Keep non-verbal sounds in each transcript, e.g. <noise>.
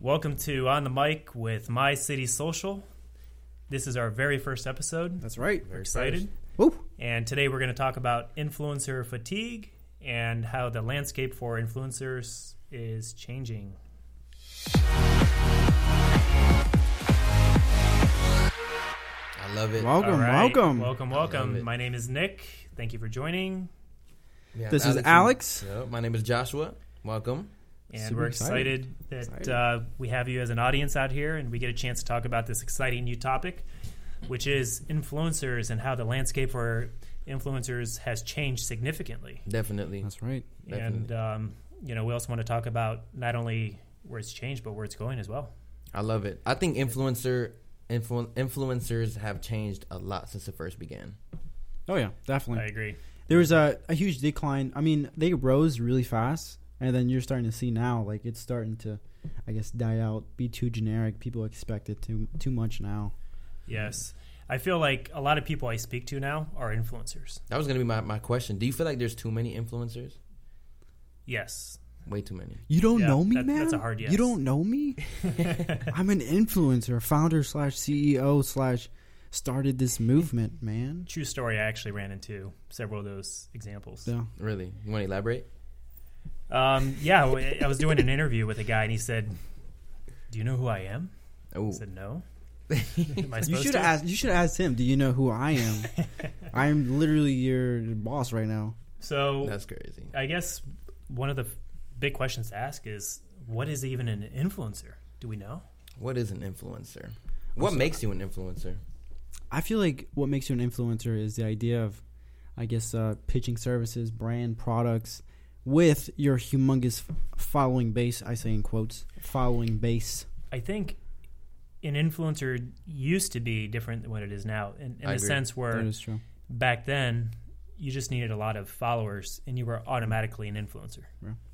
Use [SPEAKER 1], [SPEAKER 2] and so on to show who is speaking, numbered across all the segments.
[SPEAKER 1] Welcome to On the Mic with My City Social. This is our very first episode.
[SPEAKER 2] That's right.
[SPEAKER 1] We're excited.
[SPEAKER 2] Woo.
[SPEAKER 1] And today we're going to talk about influencer fatigue and how the landscape for influencers is changing.
[SPEAKER 3] I love it.
[SPEAKER 2] Welcome,
[SPEAKER 1] All right.
[SPEAKER 2] welcome.
[SPEAKER 1] Welcome, welcome. My name is Nick. Thank you for joining.
[SPEAKER 3] Yeah,
[SPEAKER 2] This is Alex.
[SPEAKER 3] Yeah, my name is Joshua. Welcome.
[SPEAKER 1] And
[SPEAKER 2] Super
[SPEAKER 1] we're excited,
[SPEAKER 2] excited.
[SPEAKER 1] that uh, we have you as an audience out here and we get a chance to talk about this exciting new topic, which is influencers and how the landscape for influencers has changed significantly.
[SPEAKER 3] Definitely.
[SPEAKER 2] That's right.
[SPEAKER 1] And
[SPEAKER 3] Definitely.
[SPEAKER 1] um, you know, we also want to talk about not only where it's changed, but where it's going as well.
[SPEAKER 3] I love it. I think influencer influ- influencers have changed a lot since it first began.
[SPEAKER 2] Oh yeah,
[SPEAKER 1] I
[SPEAKER 2] definitely.
[SPEAKER 1] agree.
[SPEAKER 2] There was a, a huge decline. I mean, they rose really fast, and then you're starting to see now, like it's starting to, I guess, die out, be too generic. People expect it too too much now.
[SPEAKER 1] Yes, I feel like a lot of people I speak to now are influencers.
[SPEAKER 3] That was gonna be my, my question. Do you feel like there's too many influencers?
[SPEAKER 1] Yes,
[SPEAKER 3] Way too many.
[SPEAKER 2] You don't
[SPEAKER 1] Yeah,
[SPEAKER 2] know me,
[SPEAKER 1] that-
[SPEAKER 2] man.
[SPEAKER 1] that's a hard yes.
[SPEAKER 2] You don't
[SPEAKER 1] <laughs>
[SPEAKER 2] know me. <laughs> I'm an influencer, founder slash CEO slash started this movement, man.
[SPEAKER 1] true story. I actually ran into several of those examples.
[SPEAKER 2] So
[SPEAKER 3] Really? You wanna elaborate?
[SPEAKER 1] Um, yeah, w- I was doing an interview with a guy, and he said, "Do you know who I am?"
[SPEAKER 3] Oh
[SPEAKER 1] I said, "No." Am I
[SPEAKER 2] you
[SPEAKER 1] supposed
[SPEAKER 2] should
[SPEAKER 1] to?
[SPEAKER 2] ask. You should ask him. Do you know who
[SPEAKER 1] <laughs>
[SPEAKER 2] I am? I am literally your boss right now.
[SPEAKER 1] So
[SPEAKER 3] that's crazy.
[SPEAKER 1] I guess one of the f- big questions to ask is, what is even an influencer? Do we know?
[SPEAKER 3] What is an influencer? What makes you an influencer?
[SPEAKER 2] I feel like what makes you an influencer is the idea of, I guess, uh, pitching services, brand products, with your humongous f- following base. I say in quotes, following base.
[SPEAKER 1] I think an influencer used to be different than what it is now, in, in
[SPEAKER 3] I
[SPEAKER 1] the
[SPEAKER 3] agree.
[SPEAKER 1] sense where
[SPEAKER 2] That is true.
[SPEAKER 1] back then you just needed a lot of followers and you were automatically an influencer.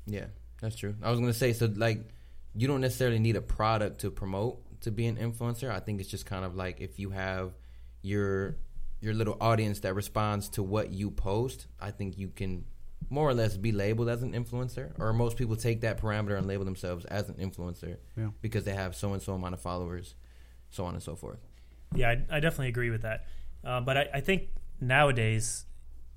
[SPEAKER 3] Yeah, that's true. I was gonna say so like you don't necessarily need a product to promote to be an influencer. I think it's just kind of like if you have your your little audience that responds to what you post, I think you can more or less be labeled as an influencer. Or most people take that parameter and label themselves as an influencer
[SPEAKER 2] Yeah.
[SPEAKER 3] because they have so and so amount of followers, so on and so forth.
[SPEAKER 1] Yeah, I, I definitely agree with that. Uh, but I, I think nowadays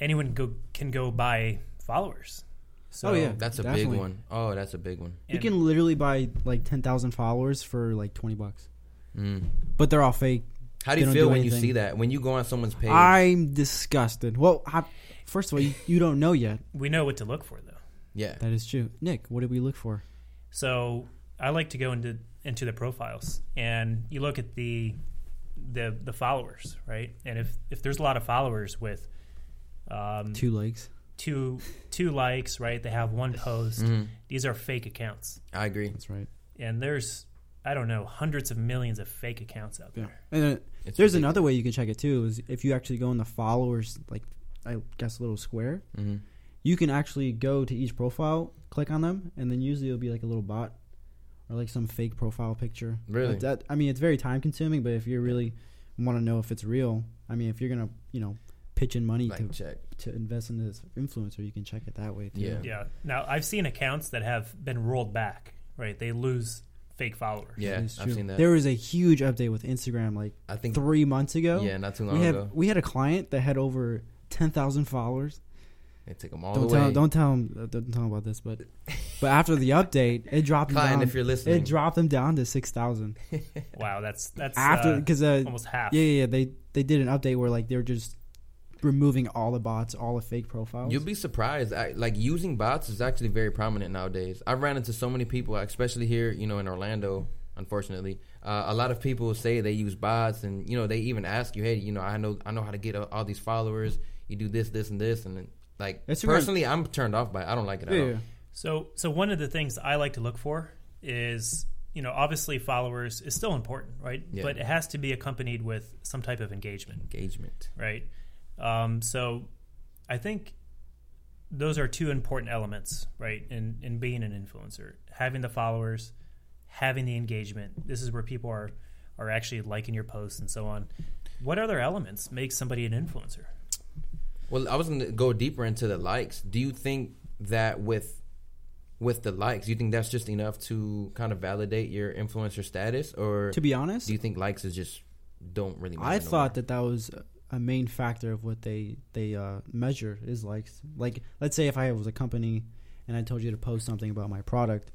[SPEAKER 1] anyone go, can go buy followers. So
[SPEAKER 2] Oh, yeah.
[SPEAKER 3] That's a
[SPEAKER 2] Definitely.
[SPEAKER 3] big one. Oh, that's a big one.
[SPEAKER 2] You can literally buy like ten thousand followers for like twenty bucks, but they're all fake.
[SPEAKER 3] How
[SPEAKER 2] They
[SPEAKER 3] do you
[SPEAKER 2] don't
[SPEAKER 3] feel
[SPEAKER 2] do
[SPEAKER 3] when you
[SPEAKER 2] anything.
[SPEAKER 3] see that? When you go on someone's page,
[SPEAKER 2] I'm disgusted. Well, I, first of all, you, you don't know yet.
[SPEAKER 1] we know what to look for though.
[SPEAKER 3] yeah,
[SPEAKER 2] That is true. Nick, what did we look for?
[SPEAKER 1] So I like to go into into the profiles and you look at the the the followers, right? And if if there's a lot of followers with um,
[SPEAKER 2] Two legs.
[SPEAKER 1] two two likes, right? They have one post.
[SPEAKER 2] Mm-hmm.
[SPEAKER 1] These are fake accounts,
[SPEAKER 3] I agree.
[SPEAKER 2] That's right.
[SPEAKER 1] and there's I don't know hundreds of millions of fake accounts out there.
[SPEAKER 2] And then
[SPEAKER 3] It's
[SPEAKER 2] there's another way you can check it too is if you actually go in the followers, like I guess little square,
[SPEAKER 3] Mm-hmm.
[SPEAKER 2] you can actually go to each profile, click on them, and then usually it'll be like a little bot or like some fake profile picture.
[SPEAKER 3] Really?
[SPEAKER 2] But that I mean, it's very time consuming, but if you really want to know if it's real, I mean, if you're gonna you know pitch in money
[SPEAKER 3] Like
[SPEAKER 2] to
[SPEAKER 3] check.
[SPEAKER 2] to invest in this influencer, you can check it that way too.
[SPEAKER 3] Yeah.
[SPEAKER 1] Yeah. Now I've seen accounts that have been rolled back, right? They lose fake followers.
[SPEAKER 3] Yeah,
[SPEAKER 2] It's
[SPEAKER 3] I've
[SPEAKER 2] true.
[SPEAKER 3] seen that.
[SPEAKER 2] There was a huge update with Instagram like
[SPEAKER 3] I think
[SPEAKER 2] three months ago.
[SPEAKER 3] Yeah, not too long
[SPEAKER 2] we had
[SPEAKER 3] ago.
[SPEAKER 2] we had a client that had over ten thousand folders.
[SPEAKER 3] They took them all
[SPEAKER 2] Don't uh,
[SPEAKER 3] the way.
[SPEAKER 2] tell don't tell him don't tell him about this, but But after the update, it dropped. them
[SPEAKER 3] Klein,
[SPEAKER 2] down,
[SPEAKER 3] if you're listening.
[SPEAKER 2] it dropped them down to six
[SPEAKER 3] <laughs>
[SPEAKER 2] thousand
[SPEAKER 1] Wow, that's that's
[SPEAKER 2] after
[SPEAKER 1] uh,
[SPEAKER 2] because uh,
[SPEAKER 1] almost half.
[SPEAKER 2] Yeah, yeah, yeah, they they did an update where like they were just removing all the bots, all the fake profiles.
[SPEAKER 3] You'll be surprised. I, like using bots is actually very prominent nowadays. I've ran into so many people, especially here, you know, in Orlando. Unfortunately, uh, a lot of people say they use bots, and you know, they even ask you, "Hey, you know, I know, I know how to get uh, all these followers. You do this, this, and this." And like
[SPEAKER 2] That's right.
[SPEAKER 3] personally, I'm turned off by. it. I don't like it at
[SPEAKER 2] yeah,
[SPEAKER 3] all.
[SPEAKER 2] yeah.
[SPEAKER 1] So, so one of the things I like to look for is, you know, obviously followers is still important, right?
[SPEAKER 3] Yeah.
[SPEAKER 1] But it has to be accompanied with some type of engagement,
[SPEAKER 3] Engagement.
[SPEAKER 1] right? Um, so, I think those are two important elements, right? In in being an influencer, having the followers, having the engagement. This is where people are are actually liking your posts and so on. What other elements make somebody an influencer?
[SPEAKER 3] Well, I was going to go deeper into the likes. Do you think that with with the likes, you think that's just enough to kind of validate your influencer status, or
[SPEAKER 2] To be honest,
[SPEAKER 3] do you think likes is just don't really? Matter
[SPEAKER 2] I
[SPEAKER 3] no
[SPEAKER 2] thought that that was a main factor of what they they uh, measure is likes. Like, let's say if I was a company and I told you to post something about my product,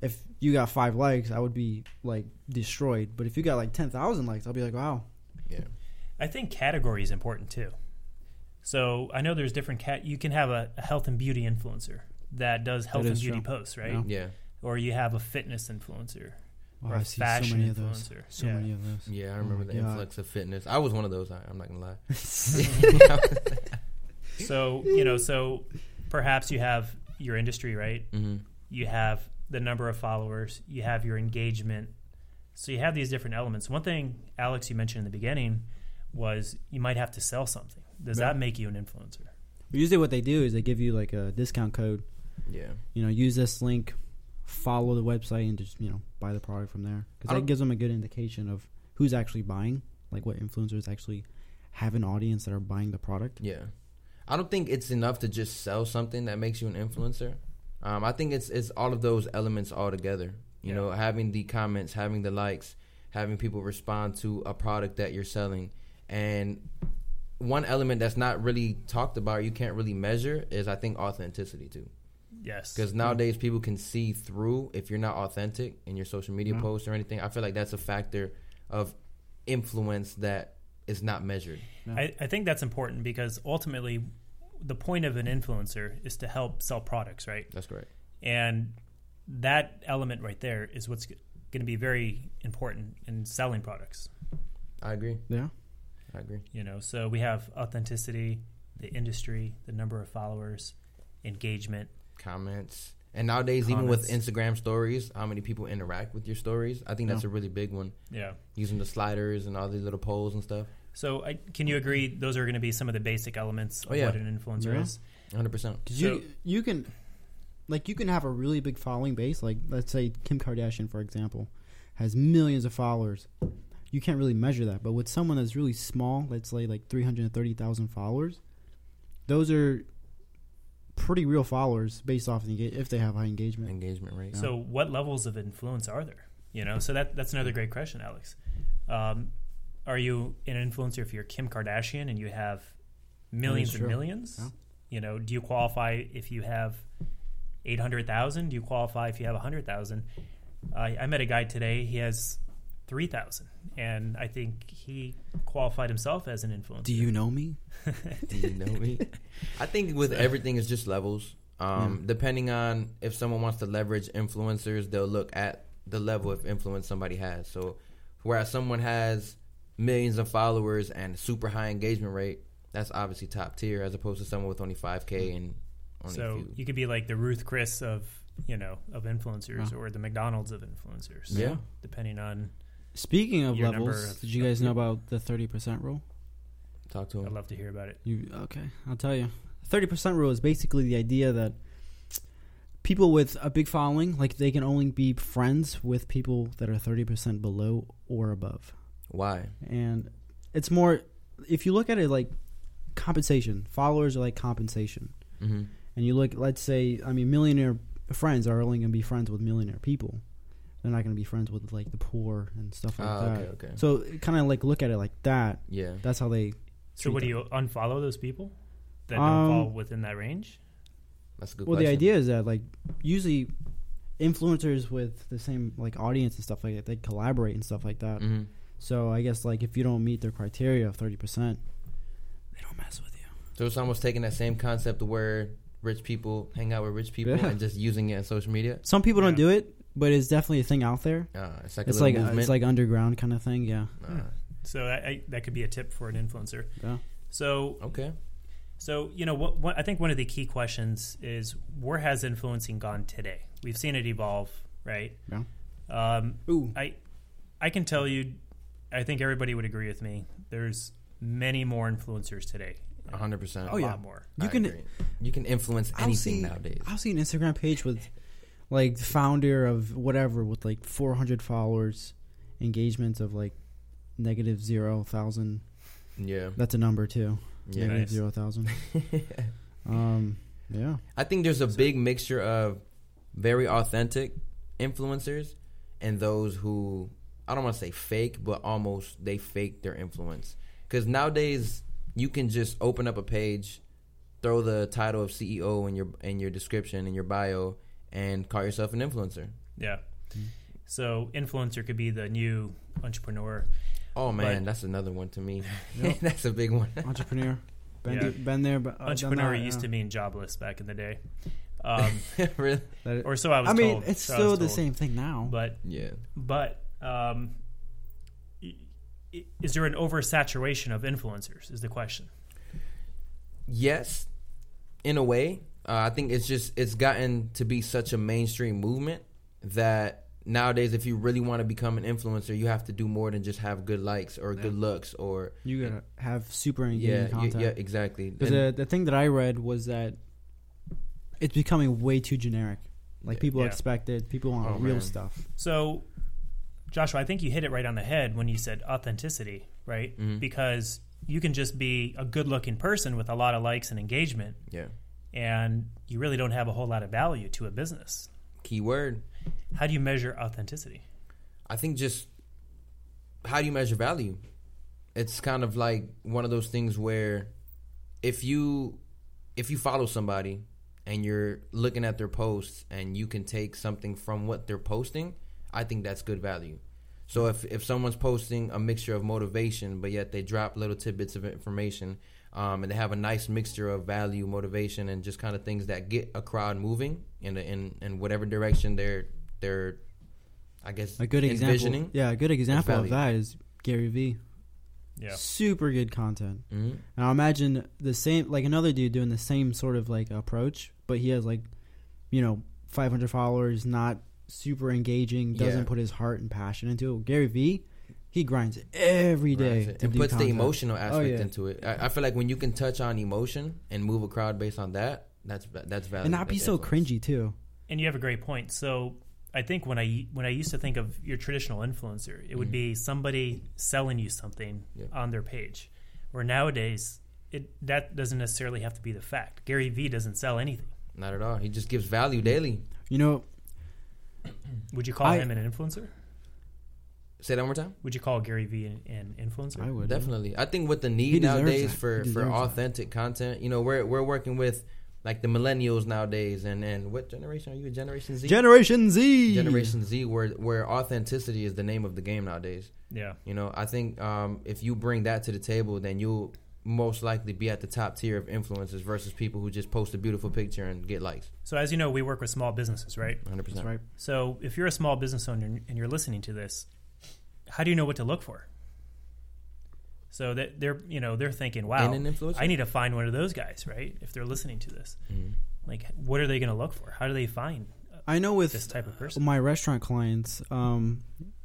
[SPEAKER 2] if you got five likes, I would be like destroyed. But if you got like ten thousand likes, I'll be like, wow.
[SPEAKER 3] Yeah.
[SPEAKER 1] I think category is important too. So I know there's different cat. You can have a, a health and beauty influencer that does health
[SPEAKER 2] That
[SPEAKER 1] and
[SPEAKER 2] is
[SPEAKER 1] beauty
[SPEAKER 2] true.
[SPEAKER 1] posts, right?
[SPEAKER 2] Yeah.
[SPEAKER 3] Yeah.
[SPEAKER 1] Or you have a fitness influencer
[SPEAKER 2] Wow,
[SPEAKER 1] or a
[SPEAKER 2] I see so
[SPEAKER 1] fashion
[SPEAKER 2] many of those.
[SPEAKER 1] influencer.
[SPEAKER 2] So
[SPEAKER 1] yeah.
[SPEAKER 2] many of those.
[SPEAKER 3] Yeah, I
[SPEAKER 2] Oh
[SPEAKER 3] remember
[SPEAKER 2] my
[SPEAKER 3] the
[SPEAKER 2] God.
[SPEAKER 3] influx of fitness. I was one of those. I, I'm not gonna
[SPEAKER 2] <laughs>
[SPEAKER 3] lie.
[SPEAKER 1] So you know, so perhaps you have your industry, right?
[SPEAKER 2] Mm-hmm.
[SPEAKER 3] hmm
[SPEAKER 1] You have the number of followers. You have your engagement. So you have these different elements. One thing, Alex, you mentioned in the beginning was you might have to sell something. Does
[SPEAKER 2] Yeah.
[SPEAKER 1] that make you an influencer?
[SPEAKER 2] Usually, what they do is they give you like a discount code.
[SPEAKER 3] Yeah.
[SPEAKER 2] You know, use this link, follow the website, and just you know buy the product from there
[SPEAKER 3] I
[SPEAKER 2] because that
[SPEAKER 3] don't-
[SPEAKER 2] gives them a good indication of who's actually buying, like what influencers actually have an audience that are buying the product.
[SPEAKER 3] Yeah, I don't think it's enough to just sell something that makes you an influencer. Um, I think it's it's all of those elements all together. You
[SPEAKER 1] Yeah.
[SPEAKER 3] know, having the comments, having the likes, having people respond to a product that you're selling, and one element that's not really talked about, you can't really measure, is I think authenticity too.
[SPEAKER 1] Yes.
[SPEAKER 3] Because nowadays people can see through if you're not authentic in your social media
[SPEAKER 2] Yeah.
[SPEAKER 3] posts or anything. I feel like that's a factor of influence that is not measured.
[SPEAKER 1] I, I think that's important because ultimately the point of an influencer is to help sell products, right?
[SPEAKER 3] That's correct.
[SPEAKER 1] And that element right there is what's going to be very important in selling products,
[SPEAKER 3] I agree.
[SPEAKER 2] Yeah.
[SPEAKER 3] I agree.
[SPEAKER 1] you know. So we have authenticity, the industry, the number of followers, engagement.
[SPEAKER 3] comments. And nowadays, even with
[SPEAKER 1] Comments.
[SPEAKER 3] Instagram stories, how many people interact with your stories? I think that's a really big one.
[SPEAKER 1] Yeah.
[SPEAKER 3] Using the sliders and all these little polls and stuff.
[SPEAKER 1] So I, can you agree those are going to be some of the basic elements of
[SPEAKER 3] Oh, yeah.
[SPEAKER 1] what an influencer
[SPEAKER 2] Yeah.
[SPEAKER 1] is?
[SPEAKER 3] 100%.
[SPEAKER 2] Cause you you can like you can have a really big following base. Like let's say Kim Kardashian, for example, has millions of followers. You can't really measure that, but with someone that's really small, let's say like three hundred thirty thousand followers, those are pretty real followers based off the enga- if they have high engagement.
[SPEAKER 3] Engagement rate.
[SPEAKER 1] So, what levels of influence are there? You know, so that that's another great question, Alex. Um, are you an influencer if you're Kim Kardashian and you have millions and
[SPEAKER 2] true.
[SPEAKER 1] millions?
[SPEAKER 2] Yeah.
[SPEAKER 1] You know, do you qualify if you have eight hundred thousand? Do you qualify if you have hundred thousand? I I met a guy today. He has three thousand, and I think he qualified himself as an influencer.
[SPEAKER 2] Do you know me?
[SPEAKER 3] Do you know
[SPEAKER 1] <laughs>
[SPEAKER 3] me? I think with everything, it's just levels. Um,
[SPEAKER 1] Mm.
[SPEAKER 3] Depending on if someone wants to leverage influencers, they'll look at the level of influence somebody has. So, whereas someone has millions of followers and super high engagement rate, that's obviously top tier, as opposed to someone with only 5K and only a
[SPEAKER 1] Mm. So
[SPEAKER 3] few.
[SPEAKER 1] you could be like the Ruth Chris of you know of influencers or the McDonald's of influencers.
[SPEAKER 3] Yeah.
[SPEAKER 1] depending on
[SPEAKER 2] Speaking of
[SPEAKER 1] Your number
[SPEAKER 2] levels,
[SPEAKER 1] of-
[SPEAKER 2] did you guys know about the thirty percent rule?
[SPEAKER 3] Talk to him.
[SPEAKER 1] I'd love to hear about it.
[SPEAKER 2] You okay? I'll tell you. Thirty percent rule is basically the idea that people with a big following, like they can only be friends with people that are thirty percent below or above,
[SPEAKER 3] Why?
[SPEAKER 2] and it's more. If you look at it like compensation, followers are like compensation,
[SPEAKER 3] Mm-hmm.
[SPEAKER 2] and you look. Let's say, I mean, millionaire friends are only going to be friends with millionaire people. They're not going to be friends with like the poor and stuff like
[SPEAKER 3] Ah,
[SPEAKER 2] that.
[SPEAKER 3] okay, okay.
[SPEAKER 2] So kind of like look at it like that.
[SPEAKER 3] Yeah.
[SPEAKER 2] That's how they
[SPEAKER 1] So,
[SPEAKER 2] treat
[SPEAKER 1] what do you
[SPEAKER 2] them.
[SPEAKER 1] unfollow those people that don't
[SPEAKER 2] Um,
[SPEAKER 1] fall within that range?
[SPEAKER 3] That's a good.
[SPEAKER 2] well,
[SPEAKER 3] question.
[SPEAKER 2] the idea is that like usually influencers with the same like audience and stuff like that, they collaborate and stuff like that.
[SPEAKER 3] Mhm.
[SPEAKER 2] So I guess like if you don't meet their criteria of thirty percent, they don't mess with you.
[SPEAKER 3] So it's almost taking that same concept where rich people hang out with rich people
[SPEAKER 2] Yeah.
[SPEAKER 3] and just using it on social media.
[SPEAKER 2] Some people don't
[SPEAKER 1] Yeah.
[SPEAKER 2] do it, but it's definitely a thing out there.
[SPEAKER 3] Uh, it's like
[SPEAKER 2] It's
[SPEAKER 3] a little
[SPEAKER 2] like uh,
[SPEAKER 3] movement.
[SPEAKER 2] it's like underground kind of thing. Yeah,
[SPEAKER 3] Uh,
[SPEAKER 1] So I, I, that could be a tip for an influencer.
[SPEAKER 2] yeah.
[SPEAKER 1] So
[SPEAKER 3] okay.
[SPEAKER 1] So you know what, what I think one of the key questions is where has influencing gone today? We've seen it evolve, right?
[SPEAKER 2] Yeah.
[SPEAKER 1] Um,
[SPEAKER 2] Ooh.
[SPEAKER 1] I I can tell you, I think everybody would agree with me. There's many more influencers today.
[SPEAKER 3] A hundred percent.
[SPEAKER 1] a
[SPEAKER 2] Oh, yeah.
[SPEAKER 1] lot more.
[SPEAKER 2] You
[SPEAKER 3] I
[SPEAKER 2] can-
[SPEAKER 3] agree. you can influence anything nowadays.
[SPEAKER 2] I'll see an Instagram page with like the founder of whatever with like 400 followers, engagements of like negative zero thousand.
[SPEAKER 3] yeah.
[SPEAKER 2] That's a number too.
[SPEAKER 3] Yeah.
[SPEAKER 2] Negative
[SPEAKER 1] Nice. <laughs>
[SPEAKER 2] zero thousand. um, yeah.
[SPEAKER 3] I think there's a big mixture of very authentic influencers and those who I don't want to say fake, but almost they fake their influence. Because nowadays you can just open up a page, throw the title of CEO in your in your description in your bio, and call yourself an influencer.
[SPEAKER 1] Yeah.
[SPEAKER 2] Mm-hmm.
[SPEAKER 1] So influencer could be the new entrepreneur.
[SPEAKER 3] Oh man,
[SPEAKER 1] Right.
[SPEAKER 3] that's another one
[SPEAKER 2] <laughs>
[SPEAKER 3] to me. <laughs> that's a big one.
[SPEAKER 2] Entrepreneur. Been,
[SPEAKER 1] Yeah.
[SPEAKER 2] been there, but uh, done
[SPEAKER 1] entrepreneur
[SPEAKER 2] that,
[SPEAKER 1] used
[SPEAKER 2] yeah.
[SPEAKER 1] to mean jobless back in the day, um, <laughs>
[SPEAKER 3] really?
[SPEAKER 2] That it-
[SPEAKER 1] or so I was.
[SPEAKER 2] I mean,
[SPEAKER 1] told.
[SPEAKER 2] it's
[SPEAKER 1] So I was
[SPEAKER 2] still the
[SPEAKER 1] told.
[SPEAKER 2] same thing now.
[SPEAKER 1] But
[SPEAKER 3] Yeah.
[SPEAKER 1] but um, i- i- is there an oversaturation of influencers? Is the question.
[SPEAKER 3] yes in a way uh, i think it's just it's gotten to be such a mainstream movement that nowadays if you really want to become an influencer you have to do more than just have good likes or good looks or
[SPEAKER 2] you gotta have super engaging
[SPEAKER 3] yeah yeah,
[SPEAKER 2] content.
[SPEAKER 3] yeah exactly
[SPEAKER 2] Because
[SPEAKER 3] And-
[SPEAKER 2] the, the thing that I read was that it's becoming way too generic. Like
[SPEAKER 3] Yeah.
[SPEAKER 2] people
[SPEAKER 1] Yeah.
[SPEAKER 2] expect it. People want
[SPEAKER 3] Oh,
[SPEAKER 2] real
[SPEAKER 3] man.
[SPEAKER 2] stuff.
[SPEAKER 1] So, Joshua, I think you hit it right on the head when you said authenticity, right? Because you can just be a good-looking person with a lot of likes and engagement,
[SPEAKER 3] yeah
[SPEAKER 1] and you really don't have a whole lot of value to a business.
[SPEAKER 3] keyword
[SPEAKER 1] How do you measure authenticity?
[SPEAKER 3] I think just how do you measure value? It's kind of like one of those things where if you if you follow somebody and you're looking at their posts and you can take something from what they're posting, I think that's good value. So if if someone's posting a mixture of motivation, but yet they drop little tidbits of information, um, and they have a nice mixture of value, motivation, and just kind of things that get a crowd moving in a, in in whatever direction they're they're, I guess
[SPEAKER 2] A good example.
[SPEAKER 3] envisioning.
[SPEAKER 2] Yeah, a good example of
[SPEAKER 3] value.
[SPEAKER 2] that is Gary Vee.
[SPEAKER 1] Yeah.
[SPEAKER 2] Super good content.
[SPEAKER 3] hmm
[SPEAKER 2] And I imagine the same, like another dude doing the same sort of like approach, but he has like, you know, 500 followers, not super engaging, doesn't
[SPEAKER 3] Yeah.
[SPEAKER 2] put his heart and passion into it. Gary Vee, he grinds every day.
[SPEAKER 3] Right.
[SPEAKER 2] to
[SPEAKER 3] and
[SPEAKER 2] do
[SPEAKER 3] puts
[SPEAKER 2] content. Oh,
[SPEAKER 3] the emotional aspect
[SPEAKER 2] yeah.
[SPEAKER 3] into it. I, I feel like when you can touch on emotion and move a crowd based on that, that's va- that's value.
[SPEAKER 2] And not be
[SPEAKER 3] That's
[SPEAKER 2] so
[SPEAKER 3] influence.
[SPEAKER 2] cringy too.
[SPEAKER 1] And you have a great point. So I think when I when I used to think of your traditional influencer, it would
[SPEAKER 2] Mm-hmm.
[SPEAKER 1] be somebody selling you something
[SPEAKER 3] Yeah.
[SPEAKER 1] on their page. Where nowadays it that doesn't necessarily have to be the fact. Gary Vee doesn't sell anything.
[SPEAKER 3] Not at all. He just gives value daily.
[SPEAKER 2] You know,
[SPEAKER 1] Would you call
[SPEAKER 2] I-
[SPEAKER 1] him an influencer?
[SPEAKER 3] Say that one more time.
[SPEAKER 2] Mm-hmm.
[SPEAKER 1] Would you call Gary Vee an, an influencer?
[SPEAKER 2] I would.
[SPEAKER 3] Definitely. I think with the
[SPEAKER 2] He
[SPEAKER 3] need
[SPEAKER 2] deserves
[SPEAKER 3] nowadays
[SPEAKER 2] that.
[SPEAKER 3] for
[SPEAKER 2] He
[SPEAKER 3] for
[SPEAKER 2] deserves that.
[SPEAKER 3] authentic content, you know, we're we're working with like the millennials nowadays, and and what generation are you? Generation Z.
[SPEAKER 2] Generation Z.
[SPEAKER 3] generation Z, where where authenticity is the name of the game nowadays.
[SPEAKER 1] Yeah.
[SPEAKER 3] You know, I think um, if you bring that to the table, then you'll most likely be at the top tier of influencers versus people who just post a beautiful picture and get likes.
[SPEAKER 1] So as you know, we work with small businesses, right?
[SPEAKER 3] 100%.
[SPEAKER 2] That's right.
[SPEAKER 1] So if you're a small business owner and you're listening to this, how do you know what to look for? So that they're you know they're thinking, wow,
[SPEAKER 3] And an influencer? Mm-hmm.
[SPEAKER 1] I need to find one of those guys, right? If they're listening to this, like what are they going to look for? How do they find uh,
[SPEAKER 2] I know with
[SPEAKER 1] this type of person?
[SPEAKER 2] my restaurant clients, um,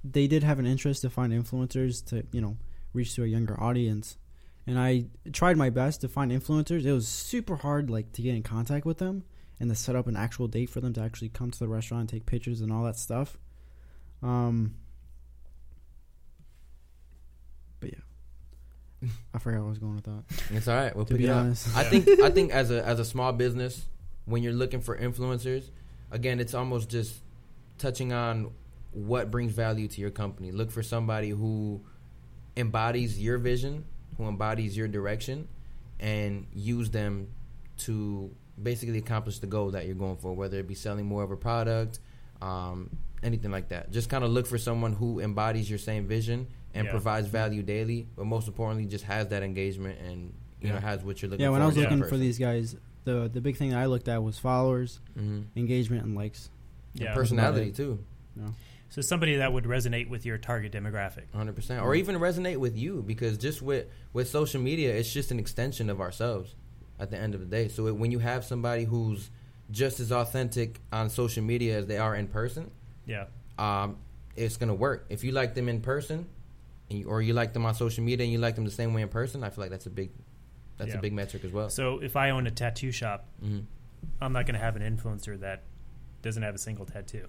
[SPEAKER 2] they did have an interest to find influencers to you know reach to a younger audience, and I tried my best to find influencers. It was super hard, like to get in contact with them and to set up an actual date for them to actually come to the restaurant and take pictures and all that stuff. Um, but yeah,
[SPEAKER 3] <laughs>
[SPEAKER 2] I forgot where I was going with that.
[SPEAKER 3] It's all right. We'll
[SPEAKER 2] To
[SPEAKER 3] pick
[SPEAKER 2] be
[SPEAKER 3] it
[SPEAKER 2] honest.
[SPEAKER 3] up. I
[SPEAKER 2] <laughs>
[SPEAKER 3] think I think as a as a small business, when you're looking for influencers, again, it's almost just touching on what brings value to your company. Look for somebody who embodies your vision, who embodies your direction, and use them to basically accomplish the goal that you're going for, whether it be selling more of a product, um, anything like that. Just kind of look for someone who embodies your same vision and
[SPEAKER 1] Yeah.
[SPEAKER 3] provides value daily, but most importantly, just has that engagement and you know
[SPEAKER 4] Yeah.
[SPEAKER 3] has what you're looking.
[SPEAKER 2] Yeah,
[SPEAKER 3] for
[SPEAKER 2] when I was
[SPEAKER 3] in that
[SPEAKER 2] looking for
[SPEAKER 3] person.
[SPEAKER 2] these guys, the the big thing that I looked at was followers,
[SPEAKER 3] Mhm.
[SPEAKER 2] engagement, and likes.
[SPEAKER 1] Yeah.
[SPEAKER 3] personality too,
[SPEAKER 1] So somebody that would resonate with your target demographic.
[SPEAKER 3] hundred percent,
[SPEAKER 1] Mm-hmm.
[SPEAKER 3] or even resonate with you because just with with social media, it's just an extension of ourselves. At the end of the day, so it, when you have somebody who's just as authentic on social media as they are in person,
[SPEAKER 1] Yeah.
[SPEAKER 3] um, it's gonna work. If you like them in person, and you, or you like them on social media, and you like them the same way in person, I feel like that's a big, that's
[SPEAKER 1] Yeah.
[SPEAKER 3] a big metric as well.
[SPEAKER 1] So if I own a tattoo shop,
[SPEAKER 3] Mhm.
[SPEAKER 1] I'm not going to have an influencer that doesn't have a single tattoo.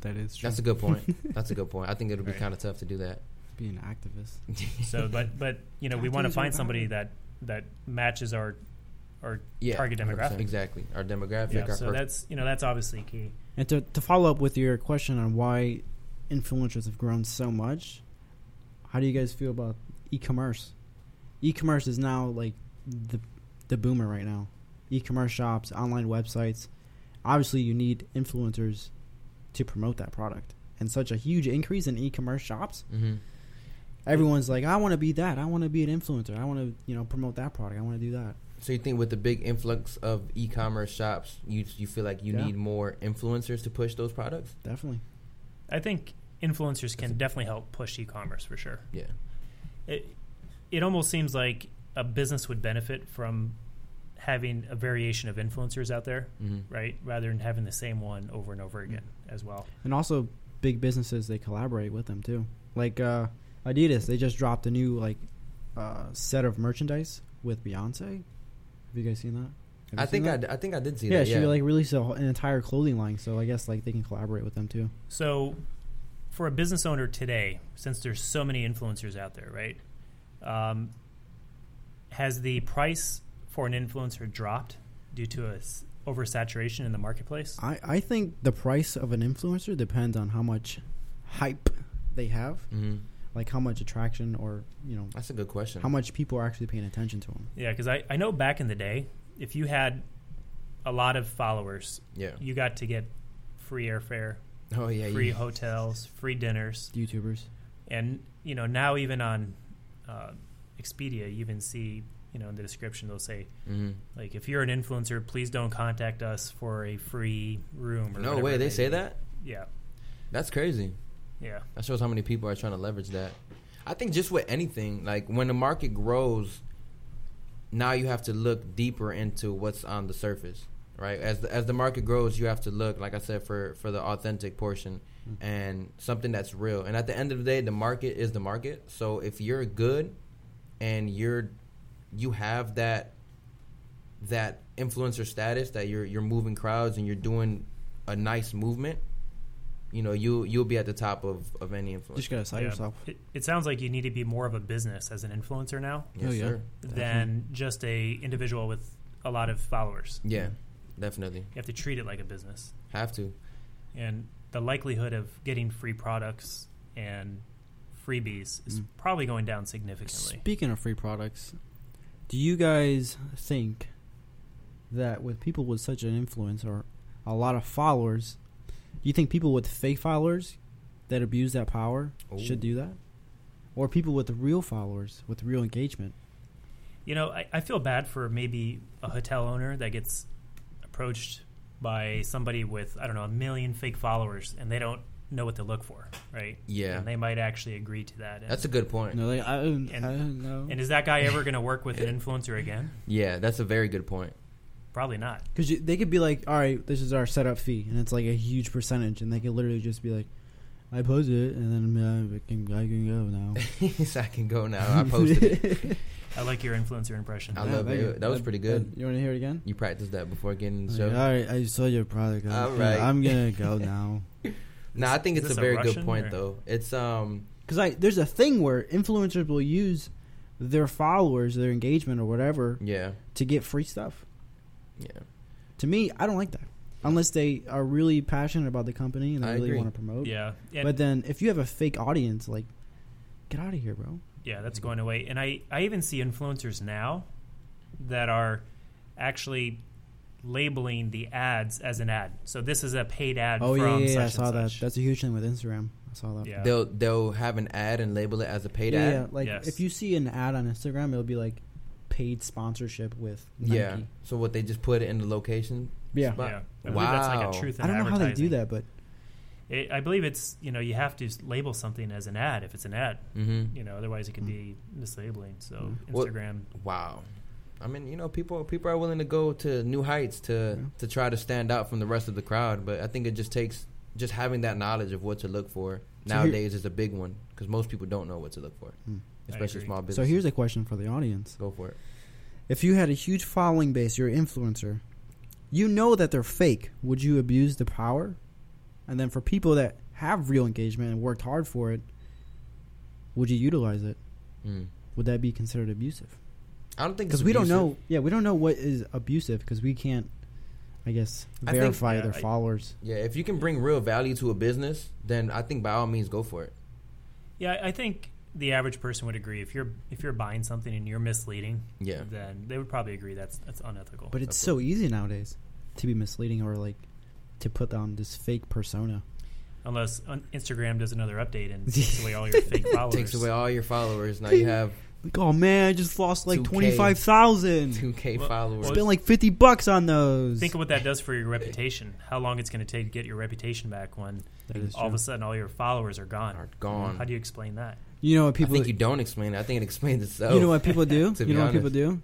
[SPEAKER 4] That is true.
[SPEAKER 3] That's a good point.
[SPEAKER 1] <laughs>
[SPEAKER 3] That's a good point. I think it'll be
[SPEAKER 1] Right.
[SPEAKER 3] kind of tough to do that.
[SPEAKER 2] Be an activist.
[SPEAKER 1] So, but but you know, we want to
[SPEAKER 2] Tattoos are
[SPEAKER 1] find
[SPEAKER 2] bad.
[SPEAKER 1] somebody that that matches our our
[SPEAKER 3] Yeah,
[SPEAKER 1] target
[SPEAKER 3] 100%.
[SPEAKER 1] demographic.
[SPEAKER 3] Exactly, our demographic.
[SPEAKER 1] Yeah.
[SPEAKER 3] our
[SPEAKER 1] So
[SPEAKER 3] pers-
[SPEAKER 1] that's you know that's obviously key.
[SPEAKER 2] And to to follow up with your question on why influencers have grown so much, how do you guys feel about e-commerce? E-commerce is now like the the boomer right now. E-commerce shops, online websites. Obviously, you need influencers to promote that product. And such a huge increase in e-commerce shops
[SPEAKER 3] Mhm.
[SPEAKER 2] everyone's like, I want to be that. I want to be an influencer. I want to, you know, promote that product. I want to do that.
[SPEAKER 3] So you think with the big influx of e-commerce shops, you you feel like you
[SPEAKER 2] Yeah.
[SPEAKER 3] need more influencers to push those products?
[SPEAKER 2] Definitely.
[SPEAKER 1] I think influencers can definitely help push e-commerce for sure.
[SPEAKER 3] Yeah.
[SPEAKER 1] It it almost seems like a business would benefit from having a variation of influencers out there,
[SPEAKER 3] hmm
[SPEAKER 1] right? Rather than having the same one over and over again as well.
[SPEAKER 2] And also, big businesses they collaborate with them too. Like uh, Adidas, they just dropped a new like uh, set of merchandise with Beyonce. Have you guys seen that? Have you
[SPEAKER 3] I
[SPEAKER 2] seen
[SPEAKER 3] think I,
[SPEAKER 2] that?
[SPEAKER 3] d- I think I did see
[SPEAKER 2] yeah,
[SPEAKER 3] that.
[SPEAKER 2] she like released a whole, an entire clothing line, so I guess like they can collaborate with them too.
[SPEAKER 1] So, for a business owner today, since there's so many influencers out there, right? Um, has the price for an influencer dropped due to a s- oversaturation in the marketplace?
[SPEAKER 2] I, I think the price of an influencer depends on how much hype they have,
[SPEAKER 3] hmm
[SPEAKER 2] like how much attraction or you know
[SPEAKER 3] That's a good question.
[SPEAKER 2] how much people are actually paying attention to them.
[SPEAKER 1] Yeah, because I, I know back in the day, if you had a lot of followers,
[SPEAKER 3] Yeah.
[SPEAKER 1] you got to get free airfare,
[SPEAKER 3] Oh yeah.
[SPEAKER 1] free
[SPEAKER 3] yeah.
[SPEAKER 1] hotels, free dinners.
[SPEAKER 2] YouTubers.
[SPEAKER 1] and you know now even on uh, Expedia, you even see you know in the description they'll say
[SPEAKER 3] Mhm.
[SPEAKER 1] like if you're an influencer, please don't contact us for a free room. Or
[SPEAKER 3] No
[SPEAKER 1] whatever
[SPEAKER 3] way.
[SPEAKER 1] it
[SPEAKER 3] They
[SPEAKER 1] may
[SPEAKER 3] say
[SPEAKER 1] be.
[SPEAKER 3] that.
[SPEAKER 1] Yeah,
[SPEAKER 3] That's crazy.
[SPEAKER 1] yeah,
[SPEAKER 3] That shows how many people are trying to leverage that. I think just with anything, like when the market grows, now you have to look deeper into what's on the surface, right? As the, as the market grows, you have to look, like I said, for for the authentic portion
[SPEAKER 2] Mm-hmm.
[SPEAKER 3] and something that's real. And at the end of the day, the market is the market. So if you're good and you're you have that that influencer status that you're you're moving crowds and you're doing a nice movement, you know, you you'll be at the top of of any influencer.
[SPEAKER 2] Just gotta sell
[SPEAKER 1] yeah.
[SPEAKER 2] yourself.
[SPEAKER 1] It, it sounds like you need to be more of a business as an influencer now
[SPEAKER 3] Yes,
[SPEAKER 2] Oh, yeah.
[SPEAKER 3] sir.
[SPEAKER 1] than just a individual with a lot of followers.
[SPEAKER 3] Yeah, definitely.
[SPEAKER 1] You have to treat it like a business,
[SPEAKER 3] Have to.
[SPEAKER 1] and the likelihood of getting free products and freebies is
[SPEAKER 2] Mm.
[SPEAKER 1] probably going down significantly.
[SPEAKER 2] Speaking of free products, do you guys think that with people with such an influence or a lot of followers, do you think people with fake followers that abuse that power should
[SPEAKER 3] Ooh.
[SPEAKER 2] do that? Or people with real followers, with real engagement?
[SPEAKER 1] You know, I, I feel bad for maybe a hotel owner that gets approached by somebody with, I don't know, a million fake followers and they don't know what to look for, right?
[SPEAKER 3] Yeah.
[SPEAKER 1] And they might actually agree to that. And,
[SPEAKER 3] That's a good point.
[SPEAKER 2] No, they, I, don't- I
[SPEAKER 1] And-
[SPEAKER 2] don't know.
[SPEAKER 1] and is that guy
[SPEAKER 3] <laughs>
[SPEAKER 1] ever going to work with an influencer again?
[SPEAKER 3] Yeah, that's a very good point.
[SPEAKER 1] Probably not.
[SPEAKER 2] Because they could be like, all right, this is our setup fee, and it's like a huge percentage, and they could literally just be like, I posted it, and then uh, I can, I can go now.
[SPEAKER 3] so I can go now. <laughs> I posted
[SPEAKER 1] <laughs>
[SPEAKER 3] it.
[SPEAKER 2] <laughs>
[SPEAKER 1] I like your influencer impression.
[SPEAKER 3] I love
[SPEAKER 2] thank
[SPEAKER 3] it.
[SPEAKER 2] you.
[SPEAKER 3] That was pretty good.
[SPEAKER 2] You want to hear it again?
[SPEAKER 3] You practiced that before getting in the
[SPEAKER 2] All
[SPEAKER 3] show.
[SPEAKER 2] right, I saw your product.
[SPEAKER 3] All right.
[SPEAKER 2] I'm
[SPEAKER 3] <laughs>
[SPEAKER 2] gonna go now.
[SPEAKER 3] No, I think
[SPEAKER 1] Is
[SPEAKER 3] it's a
[SPEAKER 1] this a
[SPEAKER 3] very
[SPEAKER 1] Russian
[SPEAKER 3] good point
[SPEAKER 1] or-
[SPEAKER 3] though. It's um
[SPEAKER 2] Because I there's a thing where influencers will use their followers, their engagement, or whatever,
[SPEAKER 3] yeah.
[SPEAKER 2] to get free stuff.
[SPEAKER 3] Yeah.
[SPEAKER 2] To me, I don't like that unless they are really passionate about the company and they
[SPEAKER 3] I
[SPEAKER 2] really
[SPEAKER 3] agree.
[SPEAKER 2] want to promote.
[SPEAKER 1] yeah. And-
[SPEAKER 2] But then if you have a fake audience, like, get out of here, bro.
[SPEAKER 1] yeah, that's going away. And I, I even see influencers now that are actually labeling the ads as an ad. So this is a paid ad.
[SPEAKER 2] Oh yeah,
[SPEAKER 1] from
[SPEAKER 2] yeah, yeah, I
[SPEAKER 1] such
[SPEAKER 2] saw
[SPEAKER 1] and
[SPEAKER 2] that.
[SPEAKER 1] such.
[SPEAKER 2] That's a huge thing with Instagram. I saw that.
[SPEAKER 1] Yeah.
[SPEAKER 3] They'll they'll have an ad and label it as a paid
[SPEAKER 2] yeah,
[SPEAKER 3] ad.
[SPEAKER 2] yeah, like
[SPEAKER 1] Yes.
[SPEAKER 2] if you see an ad on Instagram, it'll be like paid sponsorship with Nike.
[SPEAKER 3] Yeah. So what they just put it in the location.
[SPEAKER 2] Yeah.
[SPEAKER 3] spot?
[SPEAKER 1] yeah. I believe that's
[SPEAKER 3] Wow.
[SPEAKER 1] like a truth. In
[SPEAKER 2] I don't know how they do
[SPEAKER 1] advertising.
[SPEAKER 2] that, but
[SPEAKER 1] It, I believe it's you know you have to s- label something as an ad if it's an ad.
[SPEAKER 3] Mm-hmm.
[SPEAKER 1] You know, otherwise it could be mislabeling. So
[SPEAKER 3] Mm. Well-
[SPEAKER 1] Instagram.
[SPEAKER 3] Wow. I mean, you know, people people are willing to go to new heights to to try to stand out from the rest of the crowd, but I think it just takes just having that knowledge of what to look for
[SPEAKER 2] So here-
[SPEAKER 3] nowadays is a big one because most people don't know what to look for,
[SPEAKER 2] Hmm.
[SPEAKER 1] I
[SPEAKER 3] especially
[SPEAKER 1] agree.
[SPEAKER 3] small business.
[SPEAKER 2] so here's a question for the audience:
[SPEAKER 3] go for it.
[SPEAKER 2] If you had a huge following base, you're an influencer. You know that they're fake. Would you abuse the power? And then for people that have real engagement and worked hard for it, would you utilize it?
[SPEAKER 3] Mm.
[SPEAKER 2] Would that be considered abusive?
[SPEAKER 3] I don't think
[SPEAKER 2] Because
[SPEAKER 3] it's
[SPEAKER 2] we don't
[SPEAKER 3] abusive.
[SPEAKER 2] know. Yeah, we don't know what is abusive because we can't, I guess,
[SPEAKER 3] I think-
[SPEAKER 2] verify
[SPEAKER 1] yeah,
[SPEAKER 2] their
[SPEAKER 1] I-
[SPEAKER 2] followers.
[SPEAKER 3] Yeah, if you can bring real value to a business, then I think by all means go for it.
[SPEAKER 1] Yeah, I- I think the average person would agree if you're if you're buying something and you're misleading.
[SPEAKER 3] Yeah.
[SPEAKER 1] Then they would probably agree that's that's unethical.
[SPEAKER 2] But it's so easy nowadays to be misleading or like to put on this fake persona.
[SPEAKER 1] unless un- Instagram does another update
[SPEAKER 3] <laughs>
[SPEAKER 1] and takes away all your fake followers.
[SPEAKER 3] Takes away all your followers. Now you
[SPEAKER 2] <laughs>
[SPEAKER 3] have
[SPEAKER 2] Like, oh man, I just lost like
[SPEAKER 3] 2K.
[SPEAKER 2] twenty five thousand.
[SPEAKER 3] 2K
[SPEAKER 1] Well-
[SPEAKER 3] followers.
[SPEAKER 1] well,
[SPEAKER 2] Spent like fifty bucks on those.
[SPEAKER 1] Think of what that does for your reputation. How long it's going to take to get your reputation back when
[SPEAKER 2] That is
[SPEAKER 1] all of
[SPEAKER 2] true.
[SPEAKER 1] a sudden all your followers are gone.
[SPEAKER 3] Are gone.
[SPEAKER 1] How do you explain
[SPEAKER 3] <laughs>
[SPEAKER 1] that?
[SPEAKER 2] you know what
[SPEAKER 3] I
[SPEAKER 2] people
[SPEAKER 3] think you don't explain it. I think it explains itself.
[SPEAKER 2] You know what
[SPEAKER 3] <laughs>
[SPEAKER 2] people do?
[SPEAKER 3] To
[SPEAKER 2] you
[SPEAKER 3] be
[SPEAKER 2] know what people do?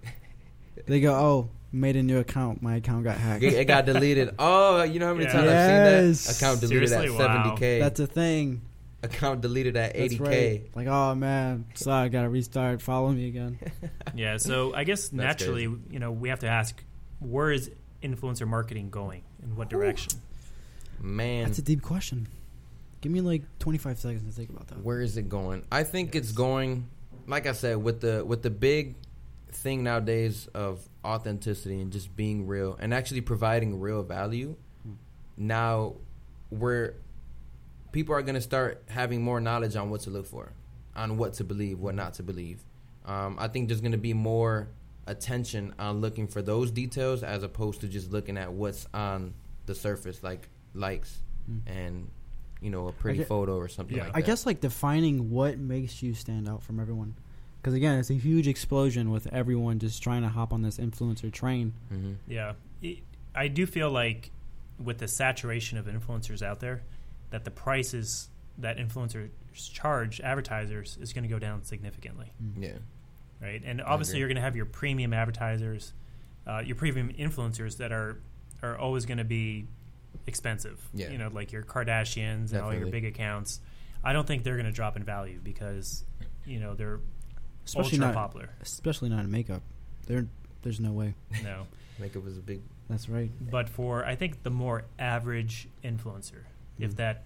[SPEAKER 2] They go, "Oh, made a new account. My account got hacked."
[SPEAKER 3] It it
[SPEAKER 2] <laughs>
[SPEAKER 3] got deleted. Oh, you know how many times I've
[SPEAKER 2] Yes.
[SPEAKER 3] seen that? Account deleted
[SPEAKER 1] Seriously? Wow.
[SPEAKER 3] at 70K.
[SPEAKER 2] That's a thing.
[SPEAKER 3] account deleted at
[SPEAKER 2] That's
[SPEAKER 3] 80K.
[SPEAKER 2] right. Like, oh man, sorry, I got to restart. Follow me
[SPEAKER 3] <laughs>
[SPEAKER 2] again.
[SPEAKER 1] Yeah. So I guess naturally, you know, we have to ask where is influencer marketing going in what direction?
[SPEAKER 3] Man,
[SPEAKER 2] That's a deep question. Give me like twenty five seconds to think about that.
[SPEAKER 3] where is it going? I think it's going like I said with the with the big thing nowadays of authenticity and just being real and actually providing real value.
[SPEAKER 2] Hmm.
[SPEAKER 3] Now where people are going to start having more knowledge on what to look for, on what to believe, what not to believe. Um, I think there's going to be more attention on looking for those details as opposed to just looking at what's on the surface, like likes and you know a pretty
[SPEAKER 2] Hmm. gue-
[SPEAKER 3] photo or something
[SPEAKER 1] Yeah.
[SPEAKER 3] like that.
[SPEAKER 2] I guess like defining what makes you stand out from everyone. Because again, it's a huge explosion with everyone just trying to hop on this influencer train.
[SPEAKER 3] hmm
[SPEAKER 1] Yeah. It, I do feel like with the saturation of influencers out there, that the prices that influencers charge advertisers is going to go down significantly,
[SPEAKER 3] Yeah.
[SPEAKER 1] right? And obviously,
[SPEAKER 3] agree.
[SPEAKER 1] you're going to have your premium advertisers, uh, your premium influencers that are are always going to be expensive.
[SPEAKER 3] Yeah.
[SPEAKER 1] You know, like your Kardashians and all your
[SPEAKER 3] Definitely.
[SPEAKER 1] big accounts. I don't think they're going to drop in value because you know they're
[SPEAKER 2] Especially
[SPEAKER 1] ultra
[SPEAKER 2] not-
[SPEAKER 1] popular.
[SPEAKER 2] Especially not in makeup. There, there's no way.
[SPEAKER 1] No.
[SPEAKER 3] Like it was a big.
[SPEAKER 2] That's right.
[SPEAKER 1] but for I think the more average influencer,
[SPEAKER 3] Mm-hmm.
[SPEAKER 1] if that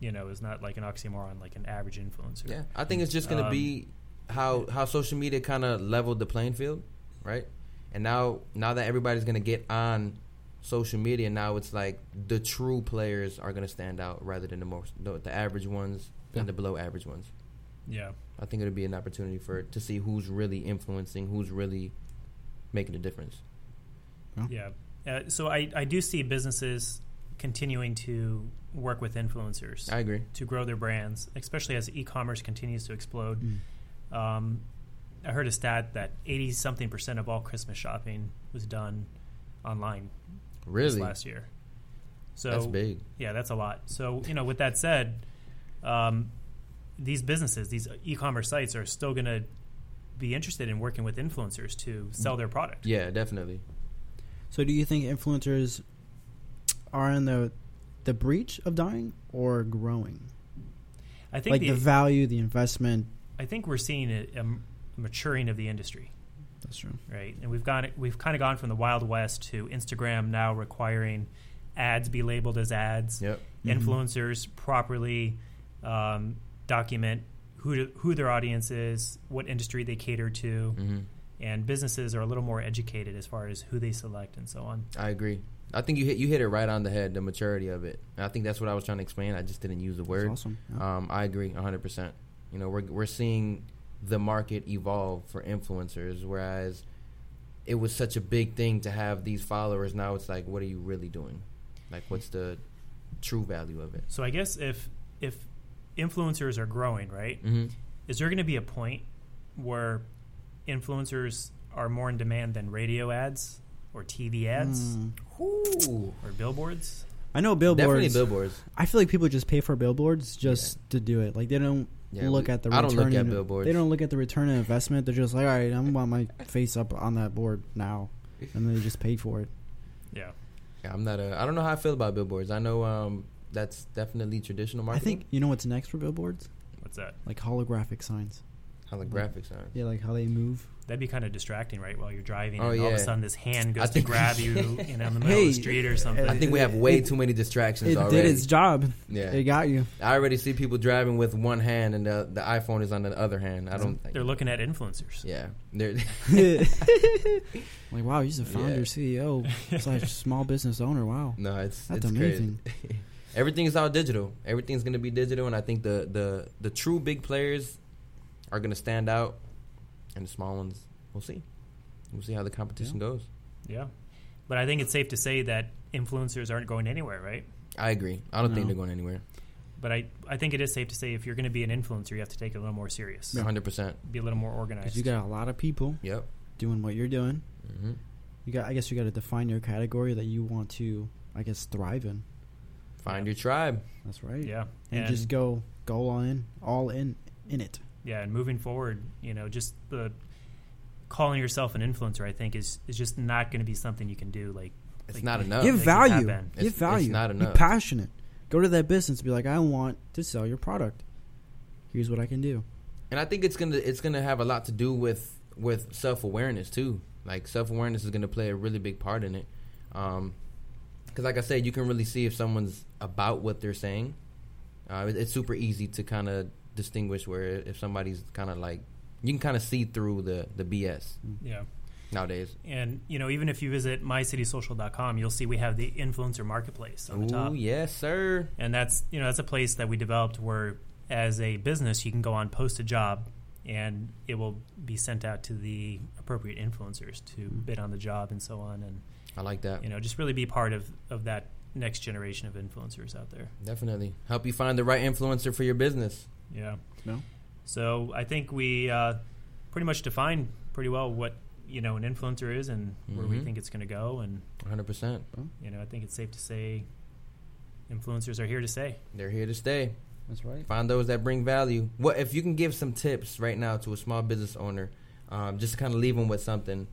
[SPEAKER 1] you know is not like an oxymoron, like an average influencer.
[SPEAKER 3] Yeah, I think it's just gonna
[SPEAKER 1] Um,
[SPEAKER 3] be how how social media kind of leveled the playing field, right? And now now that everybody's gonna get on social media, now it's like the true players are gonna stand out rather than the most the, the average ones
[SPEAKER 2] Yeah.
[SPEAKER 3] and the below average ones.
[SPEAKER 1] yeah,
[SPEAKER 3] I think it'll be an opportunity for to see who's really influencing, who's really making a difference.
[SPEAKER 1] yeah. Uh, so I I do see businesses continuing to work with influencers
[SPEAKER 3] I agree.
[SPEAKER 1] to grow their brands, especially as e-commerce continues to explode.
[SPEAKER 3] Mm.
[SPEAKER 1] Um, I heard a stat that eighty something percent of all Christmas shopping was done online this
[SPEAKER 3] Really,
[SPEAKER 1] last year. So
[SPEAKER 3] that's big.
[SPEAKER 1] Yeah, that's a lot. So, you know, with that said, um, these businesses, these e-commerce sites, are still going to be interested in working with influencers to sell their product.
[SPEAKER 3] Mm. Yeah, definitely.
[SPEAKER 2] So, do you think influencers are in the the breach of dying or growing?
[SPEAKER 1] I think
[SPEAKER 2] Like
[SPEAKER 1] the,
[SPEAKER 2] the value, the investment.
[SPEAKER 1] I think we're seeing a, a m- maturing of the industry,
[SPEAKER 2] That's true.
[SPEAKER 1] right? And we've gone we've kind of gone from the wild west to Instagram now requiring ads be labeled as ads.
[SPEAKER 3] Yep. Mm-hmm.
[SPEAKER 1] influencers properly um, document who who their audience is, what industry they cater to,
[SPEAKER 3] Mm-hmm.
[SPEAKER 1] and businesses are a little more educated as far as who they select and so on.
[SPEAKER 3] I agree. I think you hit you hit it right on the head. The maturity of it. And I think that's what I was trying to explain. I just didn't use the word.
[SPEAKER 2] awesome, yeah.
[SPEAKER 3] Um, I agree, hundred percent. You know, we're we're seeing the market evolve for influencers, whereas it was such a big thing to have these followers. Now it's like, what are you really doing? Like, what's the true value of it?
[SPEAKER 1] So I guess if if influencers are growing, right?
[SPEAKER 3] Mm-hmm.
[SPEAKER 1] Is there going to be a point where influencers are more in demand than radio ads or TV ads
[SPEAKER 3] Hmm.
[SPEAKER 2] Mm.
[SPEAKER 3] Ooh,
[SPEAKER 1] or billboards?
[SPEAKER 2] I know billboards.
[SPEAKER 3] definitely billboards.
[SPEAKER 2] I feel like people just pay for billboards just to do it. Like they don't
[SPEAKER 3] Yeah,
[SPEAKER 2] look
[SPEAKER 3] we-
[SPEAKER 2] at the.
[SPEAKER 3] I
[SPEAKER 2] Return
[SPEAKER 3] don't look at
[SPEAKER 2] in-
[SPEAKER 3] billboards.
[SPEAKER 2] They don't look at the return on investment. They're just like, all right, I'm want my face up on that board now, and they just pay for it.
[SPEAKER 1] Yeah.
[SPEAKER 3] Yeah, I'm not a. I don't know how I feel about billboards. I know um, that's definitely traditional
[SPEAKER 2] I
[SPEAKER 3] marketing.
[SPEAKER 2] think you know what's next for billboards?
[SPEAKER 1] What's that?
[SPEAKER 2] Like holographic signs.
[SPEAKER 3] holographic sign.
[SPEAKER 2] Yeah, like how they move.
[SPEAKER 1] That'd be kind of distracting, right? While you're driving,
[SPEAKER 3] Oh,
[SPEAKER 1] and all of a
[SPEAKER 3] yeah.
[SPEAKER 1] sudden this hand
[SPEAKER 3] I
[SPEAKER 1] goes to
[SPEAKER 3] think- <laughs>
[SPEAKER 1] grab you, you know, in the middle
[SPEAKER 2] Hey,
[SPEAKER 1] of the street or something.
[SPEAKER 3] I think we have way
[SPEAKER 2] It-
[SPEAKER 3] too many distractions
[SPEAKER 2] It
[SPEAKER 3] already.
[SPEAKER 2] did its job. It
[SPEAKER 3] yeah,
[SPEAKER 2] got you.
[SPEAKER 3] I already see people driving with one hand and the, the iPhone is on the other hand. I don't. think
[SPEAKER 1] They're looking at influencers.
[SPEAKER 3] Yeah, they're <laughs>
[SPEAKER 2] like wow, he's a founder,
[SPEAKER 3] Yeah.
[SPEAKER 2] CEO, slash small business owner. Wow,
[SPEAKER 3] no, it's
[SPEAKER 2] that's
[SPEAKER 3] it's
[SPEAKER 2] amazing.
[SPEAKER 3] crazy. <laughs> Everything is all digital. Everything's gonna be digital, and I think the the the true big players are gonna stand out, and the small ones, we'll see. We'll see how the competition goes.
[SPEAKER 1] Yeah. But I think it's safe to say that influencers aren't going anywhere, right?
[SPEAKER 3] I agree. I don't think
[SPEAKER 2] No.
[SPEAKER 3] they're going anywhere.
[SPEAKER 1] But I, I think it is safe to say if you're going to be an influencer, you have to take it a little more serious,
[SPEAKER 3] One hundred percent.
[SPEAKER 1] be a little more
[SPEAKER 2] 'Cause
[SPEAKER 1] organized.
[SPEAKER 2] you got a lot of people
[SPEAKER 3] Yep.
[SPEAKER 2] doing what you're doing.
[SPEAKER 3] hmm
[SPEAKER 2] You got. I guess you got to define your category that you want to. I guess thrive in.
[SPEAKER 3] Find your tribe.
[SPEAKER 2] That's right.
[SPEAKER 1] yeah.
[SPEAKER 2] And, just go go all in, all in, in it.
[SPEAKER 1] yeah and moving forward you know just the calling yourself an influencer i think is is just not going to be something you can do like
[SPEAKER 3] It's
[SPEAKER 1] Like,
[SPEAKER 3] not
[SPEAKER 1] like-
[SPEAKER 3] enough.
[SPEAKER 1] Yeah,
[SPEAKER 2] Give
[SPEAKER 1] make it
[SPEAKER 2] value.
[SPEAKER 1] happen.
[SPEAKER 3] It's-
[SPEAKER 2] Give
[SPEAKER 3] it's
[SPEAKER 2] value.
[SPEAKER 3] not enough.
[SPEAKER 2] Be passionate. Go to that business. Be like, I want to sell your product. Here's what I can do.
[SPEAKER 3] and I think it's gonna it's gonna have a lot to do with with self awareness too. Like self awareness is gonna play a really big part in it, because like I said, you can really see if someone's about what they're saying. Uh, it- it's super easy to kind of distinguish where if somebody's kind of like you can kind of see through the the BS
[SPEAKER 1] yeah
[SPEAKER 3] nowadays.
[SPEAKER 1] and you know even if you visit mycitysocial.com you'll see we have the influencer marketplace on the top
[SPEAKER 3] Oh yes, sir.
[SPEAKER 1] and that's you know that's a place that we developed where as a business you can go on post a job and it will be sent out to the appropriate influencers to bid on the job and so on and
[SPEAKER 3] I like that.
[SPEAKER 1] you know just really be part of of that next generation of influencers out there
[SPEAKER 3] Definitely help you find the right influencer for your business.
[SPEAKER 1] Yeah.
[SPEAKER 2] No?
[SPEAKER 1] So I think we uh, pretty much defined pretty well what you know an influencer is and where we
[SPEAKER 3] Mhm.
[SPEAKER 1] think it's going to go, and
[SPEAKER 3] One hundred percent.
[SPEAKER 1] you know I think it's safe to say influencers are here to stay.
[SPEAKER 3] They're here to stay.
[SPEAKER 2] That's right.
[SPEAKER 3] Find those that bring value. What if you can give some tips right now to a small business owner, um, just to kind of leave them with something?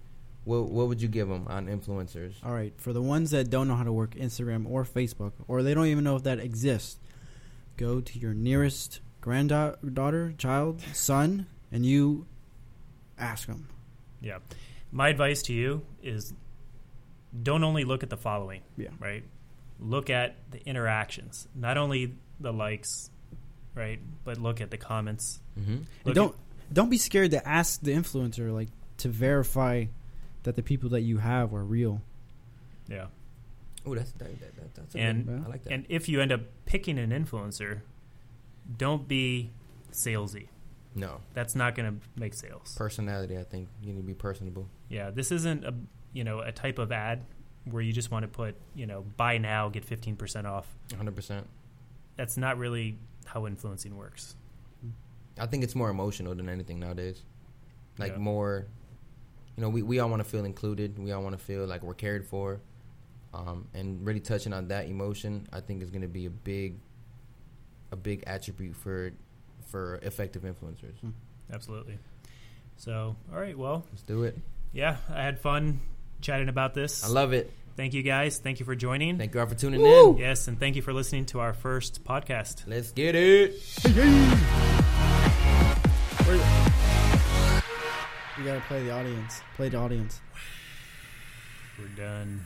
[SPEAKER 3] What what would you give them on influencers?
[SPEAKER 2] All right. For the ones that don't know how to work Instagram or Facebook, or they don't even know if that exists, go to your nearest granddaughter, child, son, and you ask them.
[SPEAKER 1] Yeah. My advice to you is don't only look at the following.
[SPEAKER 2] Yeah.
[SPEAKER 1] Right. Look at the interactions, not only the likes, right, but look at the comments.
[SPEAKER 3] Mm-hmm.
[SPEAKER 1] Look
[SPEAKER 2] And don't don't be scared to ask the influencer like to verify that the people that you have are real.
[SPEAKER 1] At, yeah.
[SPEAKER 3] Oh, that's that, that, that, that's a
[SPEAKER 1] And-
[SPEAKER 3] good, I like that.
[SPEAKER 1] And if you end up picking an influencer, don't be salesy.
[SPEAKER 3] no
[SPEAKER 1] That's not going to make sales.
[SPEAKER 3] personality. I think you need to be personable.
[SPEAKER 1] yeah, this isn't a you know a type of ad where you just want to put you know buy now get fifteen percent off.
[SPEAKER 3] One hundred percent.
[SPEAKER 1] That's not really how influencing works.
[SPEAKER 3] I think it's more emotional than anything nowadays. Like
[SPEAKER 1] Yeah.
[SPEAKER 3] more, you know, we, we all want to feel included. We all want to feel like we're cared for, um, and really touching on that emotion, I think is going to be a big, a big attribute for, for effective influencers.
[SPEAKER 1] Absolutely. So all right, well,
[SPEAKER 3] Let's do it.
[SPEAKER 1] yeah, I had fun chatting about this.
[SPEAKER 3] I love it.
[SPEAKER 1] Thank you guys. Thank you for joining.
[SPEAKER 3] Thank you all for tuning in.
[SPEAKER 1] yes, and thank you for listening to our first podcast.
[SPEAKER 3] Let's get it.
[SPEAKER 2] You gotta play the audience. Play the audience.
[SPEAKER 1] We're done.